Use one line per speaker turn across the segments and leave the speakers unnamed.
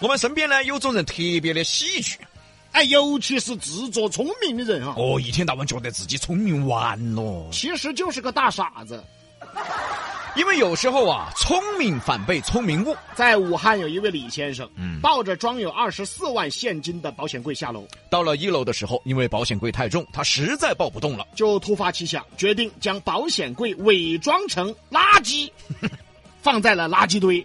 我们身边呢有种人特别的喜剧，
哎，尤其是自作聪明的人啊，
哦，一天到晚觉得自己聪明完了。
其实就是个大傻子。
因为有时候啊，聪明反被聪明误。
在武汉有一位李先生，
嗯
抱着装有二十四万现金的保险柜下楼，
到了一楼的时候，因为保险柜太重，他实在抱不动了。
就突发奇想，决定将保险柜伪装成垃圾，放在了垃圾堆。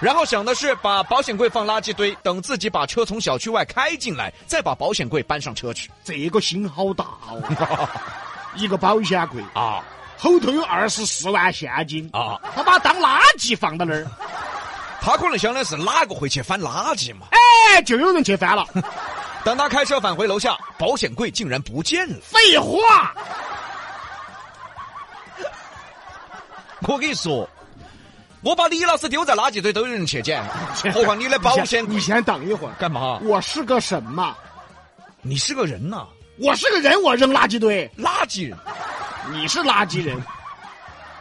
然后想的是把保险柜放垃圾堆，等自己把车从小区外开进来，再把保险柜搬上车去。
这个心好大哦， 一个保险柜
啊
后头有二十四万现金，
啊！
他把当垃圾放到那儿，
他可能想的是哪个会去翻垃圾嘛？
哎，就有人去翻了。
等他开车返回楼下，保险柜竟然不见了。
废话，
我跟你说，我把李老师丢在垃圾堆都有人去捡，何况你的保险
你先等一会儿。
干嘛？
我是个什么？
你是个人呐、
我是个人，我扔垃圾堆。
垃圾人。
你是垃圾人。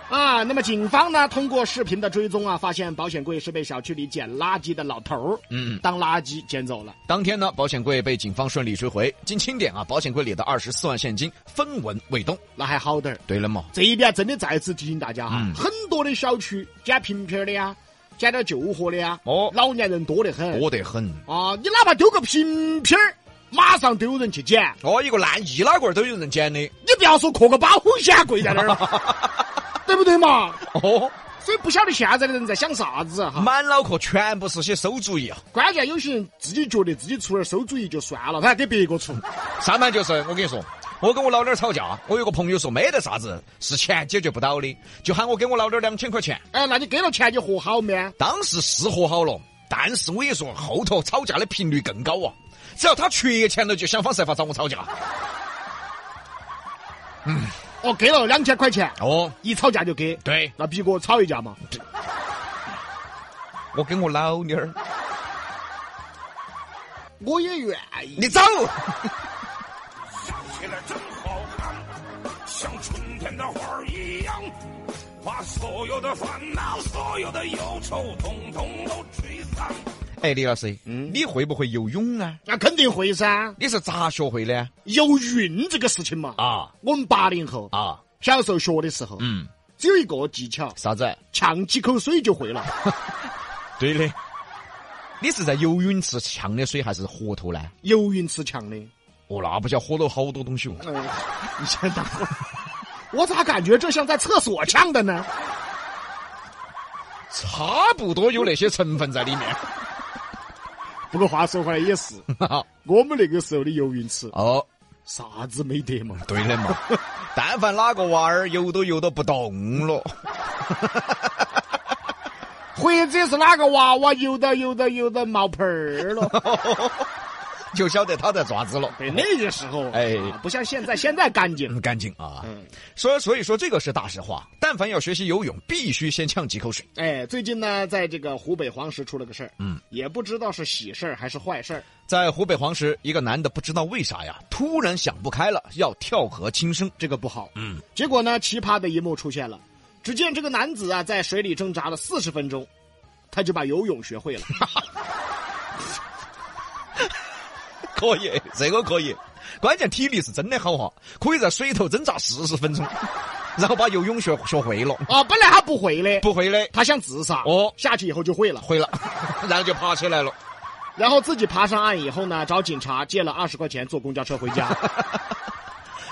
啊，那么警方呢，通过视频的追踪啊，发现保险柜是被小区里捡垃圾的老头儿，
嗯，
当垃圾捡走了。
当天呢，保险柜被警方顺利追回。经清点啊，保险柜里的二十四万现金分文未动。
那还好点儿。
对了嘛，
这一点真的再次提醒大家哈，
嗯
很多的小区捡瓶瓶儿的呀，捡点旧货的呀，
哦
老年人多得很
多得很。
啊，你哪怕丢个瓶瓶儿，马上都有人去捡，
哦，一个烂易拉罐都有人捡的。
你不要说刻个保险柜在那儿了， 对不对嘛？
哦，
所以不晓得现在的人在想啥子哈。
满脑壳全部是些馊主意啊！
关键有些人自己觉得自己出点馊主意就算了，他还给别个出。
上盘就是我跟你说，我跟我老爹儿吵架，我有个朋友说没得啥子是钱解决不到的，就喊我给我老爹儿两千块钱。
哎，那你给了钱你和好没？
当时是和好了，但是我也说后头吵架的频率更高啊！只要他缺钱了，就想方设法找我吵架。
哦，给了两千块钱，
哦，
一吵架就给。
对，
那比哥吵一架嘛？
我跟我老爹 儿，
我也愿意。
你走。
起来真好看，像春天的花儿一样，把所有的烦恼、所有的忧愁，统统都吹散。
哎，李老师，你会不会游泳啊？
那肯定会噻，
你是咋学会的？
游泳这个事情嘛，
啊
我们八零后
啊，
小时候学的时候，
嗯，
只有一个技巧，
啥子？
呛几口水就会了。
对的。你是在游泳池呛的水还是河头呢？
游泳池呛的，
哦，那不叫喝了好多东西哦。
嗯， 你先等会儿。我咋感觉这像在厕所呛的呢？
差不多有那些成分在里面。
不过话说回来也是，我们那个时候的游泳池
哦，
啥子没得嘛。
对的嘛。 但凡哪个娃儿游都游都不动了，
或者是哪个娃娃游到游到游到冒盆儿了？
就晓得他在爪子了。
对，那个时候，
哎
啊不像现在，现在干净。
嗯，干净啊。
嗯，
所以所以说这个是大实话。但凡要学习游泳，必须先呛几口水。
哎，最近呢，在这个湖北黄石出了个事儿，
嗯，
也不知道是喜事儿还是坏事儿。
在湖北黄石，一个男的不知道为啥呀，突然想不开了，要跳河轻生。
这个不好。
嗯，
结果呢，奇葩的一幕出现了。只见这个男子啊，在水里挣扎了四十分钟，他就把游泳学 会了。
可以，这个可以。关键体力是真的好哈，可以在水头挣扎四十分钟， 然后把游泳学学会了。
啊，本来他不会的，
不会的，
他想自杀，
哦
下去以后就会了。
会了， 然后就爬起来了。
然后自己爬上岸以后呢，找警察借了二十块钱坐公交车回 家。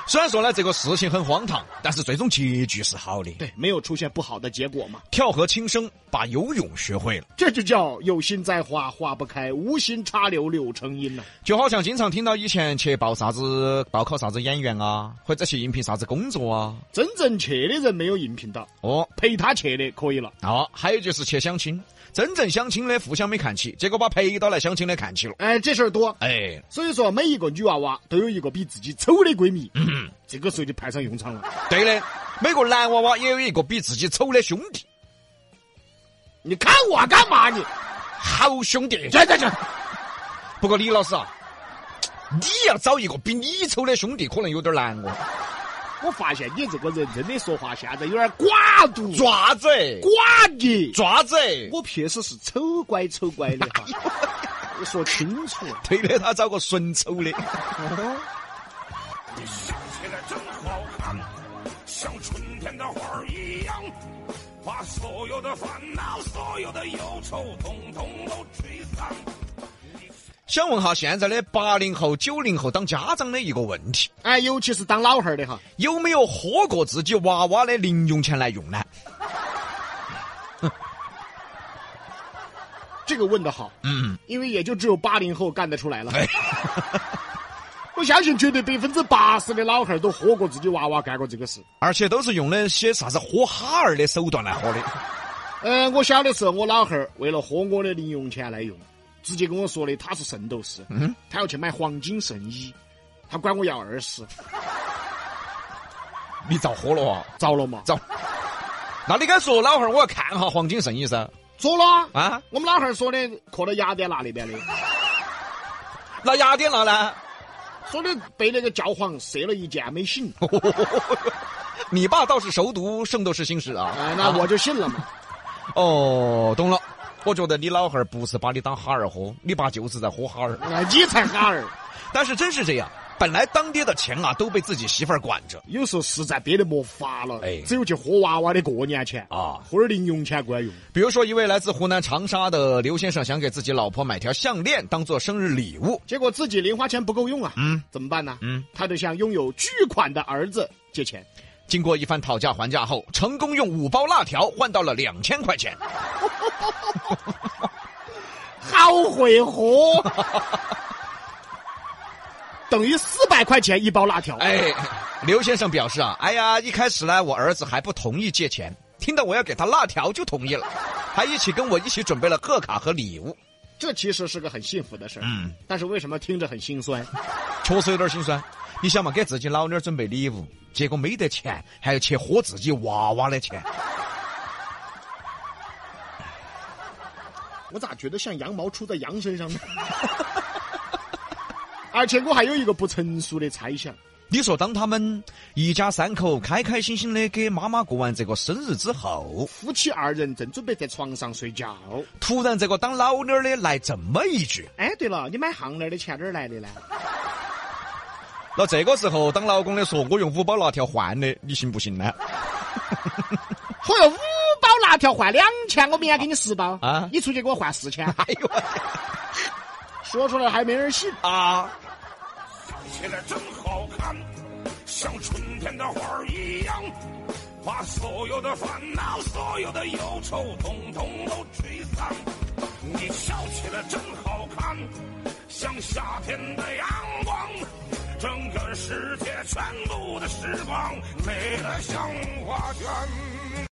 虽然说呢，这个事情很荒唐，但是最终结局是好的。
对，没有出现不好的结果嘛。
跳河轻生，把游泳学会了，
这就叫有心栽花花不开，无心插柳柳成荫呐、
就好像经常听到以前去报啥子报考啥子演员啊，或者去应聘啥子工作啊。
真正去的人没有应聘到，
哦，
陪他去的可以了。
哦，还有就是去相亲，真正相亲的互相没看起，结果把陪到来相亲的看起了。
哎，这事儿多，
哎，
所以说每一个女娃娃都有一个比自己丑的闺 蜜，这个时候就派上用场了。
对的，每个男娃娃也有一个比自己丑的兄弟，
你看我干嘛你？
好兄弟。
这这这，
不过李老师啊，你要找一个比你丑的兄弟，可能有点难哦。
我发现你这个人真的说话现在有点寡毒、
爪子，
寡义。
爪子，
我平时是丑乖丑乖的哈， 我说清楚。
对的，他找个纯丑的。
你笑起来真好看，像春天的花儿一样，把所有的烦恼、所有的忧愁，统统都吹散。
想问下现在的八零后、九零后当家长的一个问题，
哎，尤其是当老汉儿的哈，
有没有喝过自己娃娃的零用钱来用呢？
这个问的好，
嗯，
因为也就只有八零后干得出来了。
哎，
我相信绝对百分之八十的老汉儿都喝过自己娃娃干过这个事。
而且都是用的些啥子喝哈儿的手段来喝的。
嗯，我小的时候，我老汉儿为了喝我的零用钱来用，直接跟我说的他是圣斗士，
嗯，
他要去买黄金圣衣，他管我要二十，
你遭喝了啊？
着了嘛？
遭？那你该说老汉儿，我要看下黄金圣衣噻。
着了啊！
啊，
我们老汉儿说的，刻到雅典娜那边的，
那雅典娜呢？
说的被那个教皇射了一箭没醒，
哦你爸倒是熟读《圣斗士星矢》啊。
哎，那我就信了 嘛。
哦，懂了。我觉得你老汉儿不是把你当哈儿喝，你爸就是在喝哈儿。
哎，你才哈儿，
但是真是这样，本来当爹的钱啊都被自己媳妇儿管着
有时候实在憋得没法了，
哎
只有去喝娃娃的过年钱，
啊。
或者零用钱管用。
比如说，一位来自湖南长沙的刘先生想给自己老婆买条项链当做生日礼物，
结果自己零花钱不够用啊，
嗯
怎么办呢？
嗯，
他就向拥有巨款的儿子借钱。
经过一番讨价还价后，成功用五包辣条换到了两千块钱。
好会 喝，等于四百块钱一包辣条。
哎，刘先生表示啊，哎呀，一开始呢，我儿子还不同意借钱，听到我要给他辣条就同意了，还一起跟我一起准备了贺卡和礼物。
这其实是个很幸福的事儿，
嗯，
但是为什么听着很心 酸？
确实有点心酸。你想嘛，给自己老妞儿准备礼物，结果没得钱，还要去喝自己娃娃的钱。
我咋觉得像羊毛出在羊身上 呢？而且我还有一个不成熟的猜想，
你说，当他们一家三口开开心心的给妈妈过完这个生日之后，
夫妻二人正准备在床上睡觉。
突然这个当老妞儿的来这么一句，
哎，对了，你买项链的钱哪儿来的呢？
那这个时候当老公的说我用五包辣条换的，你信不信呢？
嚯哟，五包辣条换两千，我明天给你十包
啊
你出去给我换四千，
哎呦我天
说出来还没人信。
啊！
起来真好看，像春天的花儿一样，把所有的烦恼、所有的忧愁，统统都吹散。你笑起来真好看，像夏天的阳光，整个世界全部的时光美得像画卷。